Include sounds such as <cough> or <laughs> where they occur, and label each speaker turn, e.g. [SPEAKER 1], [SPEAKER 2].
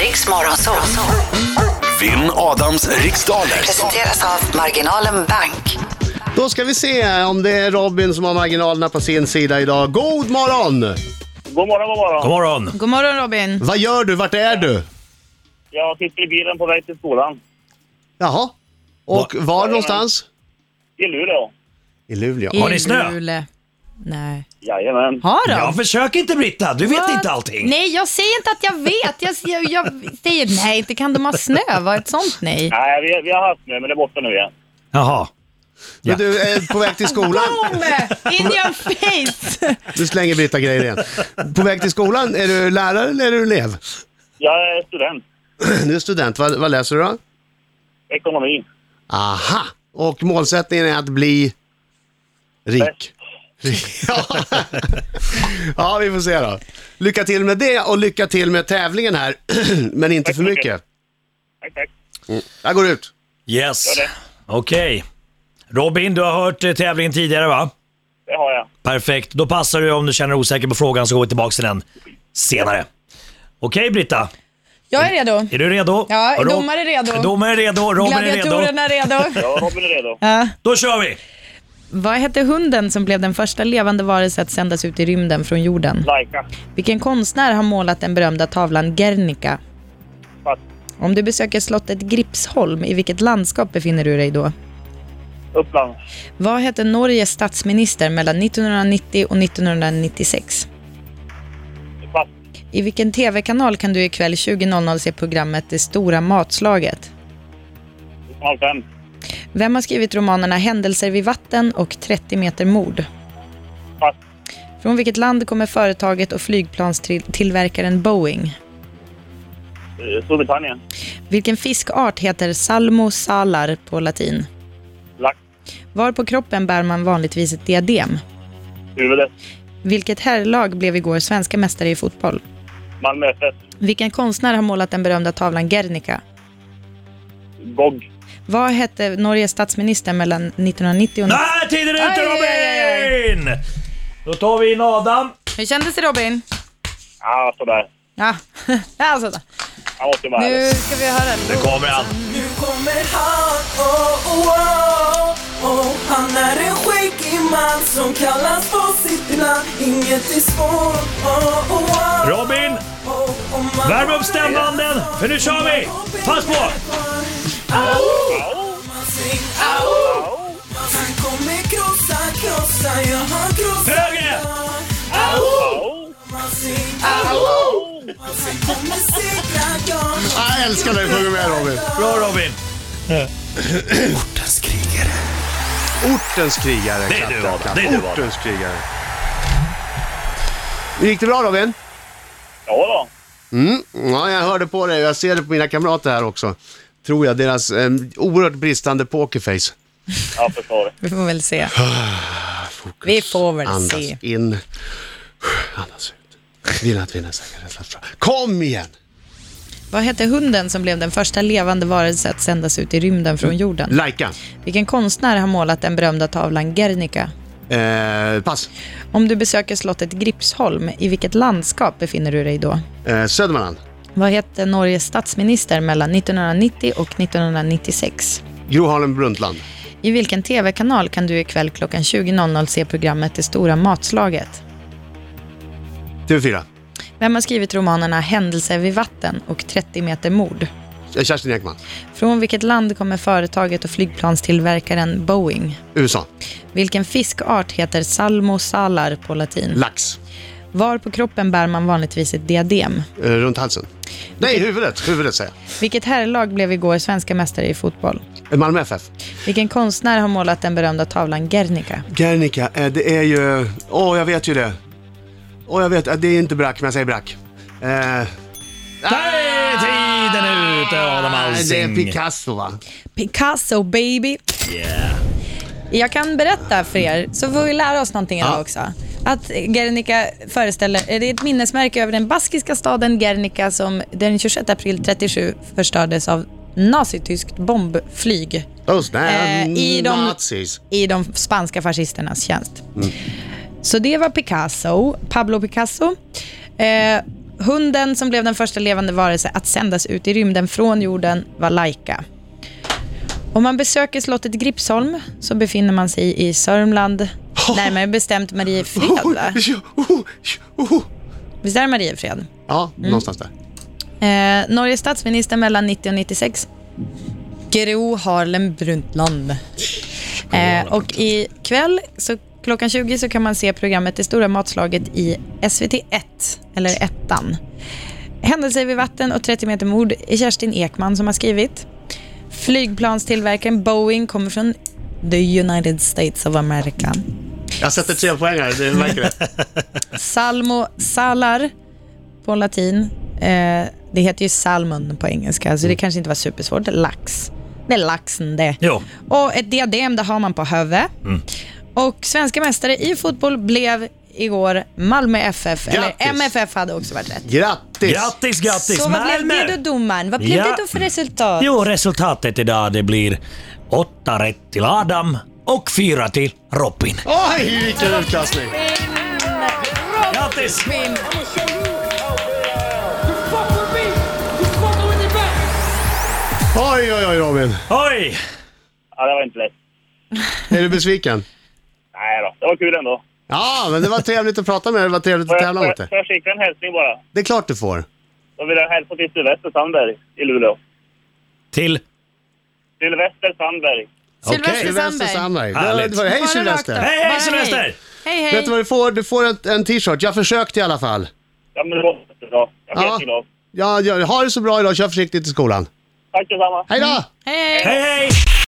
[SPEAKER 1] Riks Morgonzoo.
[SPEAKER 2] Vinn Adams riksdaler.
[SPEAKER 1] Presenteras av Marginalen Bank.
[SPEAKER 3] Då ska vi se om det är Robin som har marginalerna på sin sida idag. God morgon!
[SPEAKER 4] God morgon, god morgon.
[SPEAKER 5] God morgon!
[SPEAKER 6] God morgon Robin.
[SPEAKER 3] Vad gör du? Vart är du?
[SPEAKER 4] Jag sitter i bilen på väg till skolan
[SPEAKER 3] Jaha. Och var någonstans?
[SPEAKER 4] i Luleå.
[SPEAKER 3] I Luleå.
[SPEAKER 6] I
[SPEAKER 5] Har ni snö?
[SPEAKER 6] Luleå. Nej.
[SPEAKER 4] Jajamän.
[SPEAKER 6] Har de?
[SPEAKER 5] Ja, försök inte Britta, du vet
[SPEAKER 6] Vad?
[SPEAKER 5] inte allting.
[SPEAKER 6] Nej, jag säger inte att jag vet. Jag, jag, jag säger nej, inte kan de ha snö. Vad ett sånt nej.
[SPEAKER 4] Nej, vi, vi har haft nu, men det är borta nu igen.
[SPEAKER 5] Jaha.
[SPEAKER 3] Men du är på väg till skolan.
[SPEAKER 6] Boom! In your face!
[SPEAKER 3] Du slänger Britta grejer igen. På väg till skolan, är du lärare eller är du elev? <clears throat>
[SPEAKER 4] Jag är student.
[SPEAKER 3] Du är student, vad, vad läser du då?
[SPEAKER 4] Ekonomi.
[SPEAKER 3] Aha! Och målsättningen är att bli rik. Rik. <laughs> Ja. ja, vi får se då. Lycka till med det och lycka till med tävlingen här, <clears throat> men inte
[SPEAKER 4] Tack
[SPEAKER 3] för
[SPEAKER 4] så mycket.
[SPEAKER 3] mycket.
[SPEAKER 4] Tack, tack.
[SPEAKER 3] Jag går ut.
[SPEAKER 5] Yes.
[SPEAKER 4] Gör det.
[SPEAKER 5] Okej. Robin, du har hört eh, tävlingen tidigare va?
[SPEAKER 4] Det har jag.
[SPEAKER 5] Perfekt. Då passar du om du känner dig osäker på frågan så går vi tillbaka till den senare. Okej Britta,
[SPEAKER 6] Jag är redo.
[SPEAKER 5] är du redo?
[SPEAKER 6] Ja,
[SPEAKER 5] Ro-
[SPEAKER 6] domare är redo.
[SPEAKER 5] Domare är redo, Robin är redo.
[SPEAKER 6] Gladiatorerna är redo.
[SPEAKER 4] Ja, Robin är <laughs> redo.
[SPEAKER 6] Ja.
[SPEAKER 5] Då kör vi!
[SPEAKER 6] Vad hette hunden som blev den första levande varelse att sändas ut i rymden från jorden?
[SPEAKER 4] Lajka.
[SPEAKER 6] Vilken konstnär har målat den berömda tavlan Guernica?
[SPEAKER 4] Pass.
[SPEAKER 6] Om du besöker slottet Gripsholm, i vilket landskap befinner du dig då?
[SPEAKER 4] Uppland.
[SPEAKER 6] Vad hette Norges statsminister mellan 1990 och 1996?
[SPEAKER 4] Pass.
[SPEAKER 6] I vilken tv-kanal kan du ikväll 20.00 se programmet Det stora matslaget?
[SPEAKER 4] 05.
[SPEAKER 6] Vem har skrivit romanerna Händelser vid vatten och 30 meter mord?
[SPEAKER 4] Pass.
[SPEAKER 6] Från vilket land kommer företaget och flygplanstillverkaren Boeing?
[SPEAKER 4] Eh, Storbritannien.
[SPEAKER 6] Vilken fiskart heter Salmo salar på latin?
[SPEAKER 4] Lax.
[SPEAKER 6] Var på kroppen bär man vanligtvis ett diadem?
[SPEAKER 4] Huvudet.
[SPEAKER 6] Vilket herrlag blev igår svenska mästare i fotboll?
[SPEAKER 4] Malmö FF.
[SPEAKER 6] Vilken konstnär har målat den berömda tavlan Guernica?
[SPEAKER 4] GOG.
[SPEAKER 6] Vad hette Norges statsminister mellan 1990 och...
[SPEAKER 5] Nej, tiden är ute
[SPEAKER 6] Aj, aj, aj,
[SPEAKER 5] Robin! Då tar vi in Adam.
[SPEAKER 6] Hur kändes det Robin?
[SPEAKER 4] Ja, sådär.
[SPEAKER 6] Ja, <laughs> alltså, då.
[SPEAKER 4] Han åkte med.
[SPEAKER 6] nu ska vi höra.
[SPEAKER 5] Nu kommer han.
[SPEAKER 7] Nu kommer han, oh, oh, oh, oh. Han är en skäggig man som kallas på sitt namn Inget är svårt, oh, oh, oh,
[SPEAKER 5] Robin,
[SPEAKER 7] oh. Om man
[SPEAKER 5] värm upp
[SPEAKER 7] har
[SPEAKER 5] stämbanden, för nu kör vi! Pass på!
[SPEAKER 7] Han kommer krossa, krossa, ja han krossar
[SPEAKER 5] Högre!
[SPEAKER 4] Oh,
[SPEAKER 7] Man ser- Han kommer segra, ja
[SPEAKER 3] Jag älskar när du sjunger med Robin.
[SPEAKER 5] Bra Robin.
[SPEAKER 2] Ortens krigare.
[SPEAKER 3] Ortens krigare.
[SPEAKER 5] Det är du, Adam. Det är du, Adam.
[SPEAKER 3] Ortens krigare. Gick det bra Robin?
[SPEAKER 4] Ja då.
[SPEAKER 3] Ja, jag hörde på dig. Jag ser det på mina kamrater här också. Tror jag. Deras eh, oerhört bristande pokerface.
[SPEAKER 4] Jag förstår.
[SPEAKER 6] Vi får väl se. Vi får väl
[SPEAKER 3] Andas
[SPEAKER 6] se.
[SPEAKER 3] in. Andas ut. Vinna, att vinna, säkra, rädsla, förlora. Kom igen!
[SPEAKER 6] Vad hette hunden som blev den första levande varelse att sändas ut i rymden från jorden?
[SPEAKER 3] Lajka.
[SPEAKER 6] Vilken konstnär har målat den berömda tavlan Guernica?
[SPEAKER 3] Eh, pass.
[SPEAKER 6] Om du besöker slottet Gripsholm, i vilket landskap befinner du dig då?
[SPEAKER 3] Eh, Södermanland.
[SPEAKER 6] Vad hette Norges statsminister mellan 1990 och 1996?
[SPEAKER 3] Gro Harlem Brundtland.
[SPEAKER 6] I vilken tv-kanal kan du ikväll klockan 20.00 se programmet Det stora matslaget?
[SPEAKER 3] TV4.
[SPEAKER 6] Vem har skrivit romanerna Händelser vid vatten och 30 meter mord?
[SPEAKER 3] Eh, Kerstin Ekman.
[SPEAKER 6] Från vilket land kommer företaget och flygplanstillverkaren Boeing?
[SPEAKER 3] USA.
[SPEAKER 6] Vilken fiskart heter Salmo salar på latin?
[SPEAKER 3] Lax.
[SPEAKER 6] Var på kroppen bär man vanligtvis ett diadem?
[SPEAKER 3] Eh, runt halsen. Nej, huvudet. Huvudet säger jag.
[SPEAKER 6] Vilket herrlag blev igår svenska mästare i fotboll?
[SPEAKER 3] Eh, Malmö FF.
[SPEAKER 6] Vilken konstnär har målat den berömda tavlan Guernica?
[SPEAKER 3] Guernica, eh, det är ju... Åh, jag vet ju det. Åh, jag vet. Eh, Det är inte brack, men jag säger brack. Eh,
[SPEAKER 5] Nej, tiden är ute Adam
[SPEAKER 3] det är
[SPEAKER 5] Alsing.
[SPEAKER 3] Picasso, va?
[SPEAKER 6] Picasso baby! Jag kan berätta för er, så får vi lära oss någonting idag också. Att Guernica föreställer, det är ett minnesmärke över den baskiska staden Guernica som den 26 april 37 förstördes av nazityskt bombflyg
[SPEAKER 3] Those damn
[SPEAKER 6] Eh, i de-
[SPEAKER 3] nazis.
[SPEAKER 6] i de spanska fascisternas tjänst. Så det var Picasso, Pablo Picasso. Eh, Hunden som blev den första levande varelse att sändas ut i rymden från jorden var Laika. Om man besöker slottet Gripsholm så befinner man sig i Sörmland, närmare bestämt Mariefred. Va? Visst är det Mariefred?
[SPEAKER 3] Ja,
[SPEAKER 6] Mm.
[SPEAKER 3] någonstans där.
[SPEAKER 6] Eh, Norges statsminister mellan 90 och 96. Gro Harlem Brundtland. Eh, och ikväll så klockan 20 så kan man se programmet Det stora matslaget i SVT1, eller ettan. Händelser vid vatten och 30 meter mord är Kerstin Ekman som har skrivit. Flygplanstillverkaren Boeing kommer från the United States of America.
[SPEAKER 3] Jag sätter tre poäng här, det märker det.
[SPEAKER 6] Salmo salar på latin. Eh, det heter ju salmon på engelska, så det kanske inte var supersvårt. Lax. Det är laxen det.
[SPEAKER 5] Jo.
[SPEAKER 6] Och ett diadem, det har man på huvudet. Och svenska mästare i fotboll blev igår Malmö FF.
[SPEAKER 3] Grattis.
[SPEAKER 6] Eller MFF hade också varit rätt.
[SPEAKER 3] Grattis!
[SPEAKER 5] Grattis, grattis!
[SPEAKER 6] Så vad blev
[SPEAKER 5] Malmö!
[SPEAKER 6] det då domaren? Vad blev
[SPEAKER 5] Ja.
[SPEAKER 6] det då för resultat?
[SPEAKER 5] Jo, resultatet idag det blir åtta rätt till Adam och fyra till Robin.
[SPEAKER 3] Oj, vilken utkastning!
[SPEAKER 5] Grattis!
[SPEAKER 3] Oj, oj, oj Robin.
[SPEAKER 5] Oj!
[SPEAKER 4] Ja, det var inte lätt.
[SPEAKER 3] Är du besviken?
[SPEAKER 4] Nej då, det var kul ändå.
[SPEAKER 3] Ja, men det var trevligt att prata med dig. Det var trevligt att
[SPEAKER 4] Får jag,
[SPEAKER 3] tävla
[SPEAKER 4] får
[SPEAKER 3] mot
[SPEAKER 4] jag,
[SPEAKER 3] dig.
[SPEAKER 4] får jag skicka en hälsning bara?
[SPEAKER 3] Det är klart du får.
[SPEAKER 4] Då vill jag hälsa till Sylvester Sandberg i Luleå.
[SPEAKER 5] Till...
[SPEAKER 4] Sylvester Sandberg.
[SPEAKER 6] Sylvester
[SPEAKER 5] Okej.
[SPEAKER 6] Sandberg.
[SPEAKER 3] Sandberg.
[SPEAKER 5] Härligt.
[SPEAKER 3] Det var- Hej
[SPEAKER 6] Bara
[SPEAKER 3] Sylvester!
[SPEAKER 6] rakt av.
[SPEAKER 5] Hej, hej
[SPEAKER 6] Bara
[SPEAKER 5] Sylvester!
[SPEAKER 6] Hej,
[SPEAKER 3] Vet du
[SPEAKER 6] hej.
[SPEAKER 3] vad du får? Du får en, en t-shirt. Jag försökte i alla fall.
[SPEAKER 4] Ja, men det var jättebra. Jag blir
[SPEAKER 3] Ja.
[SPEAKER 4] jätteglad.
[SPEAKER 3] Ja, ja, ha det så bra idag. Kör försiktigt till skolan.
[SPEAKER 4] Tack detsamma.
[SPEAKER 3] Hej då!
[SPEAKER 6] Hej, hej.
[SPEAKER 5] Hej, hej!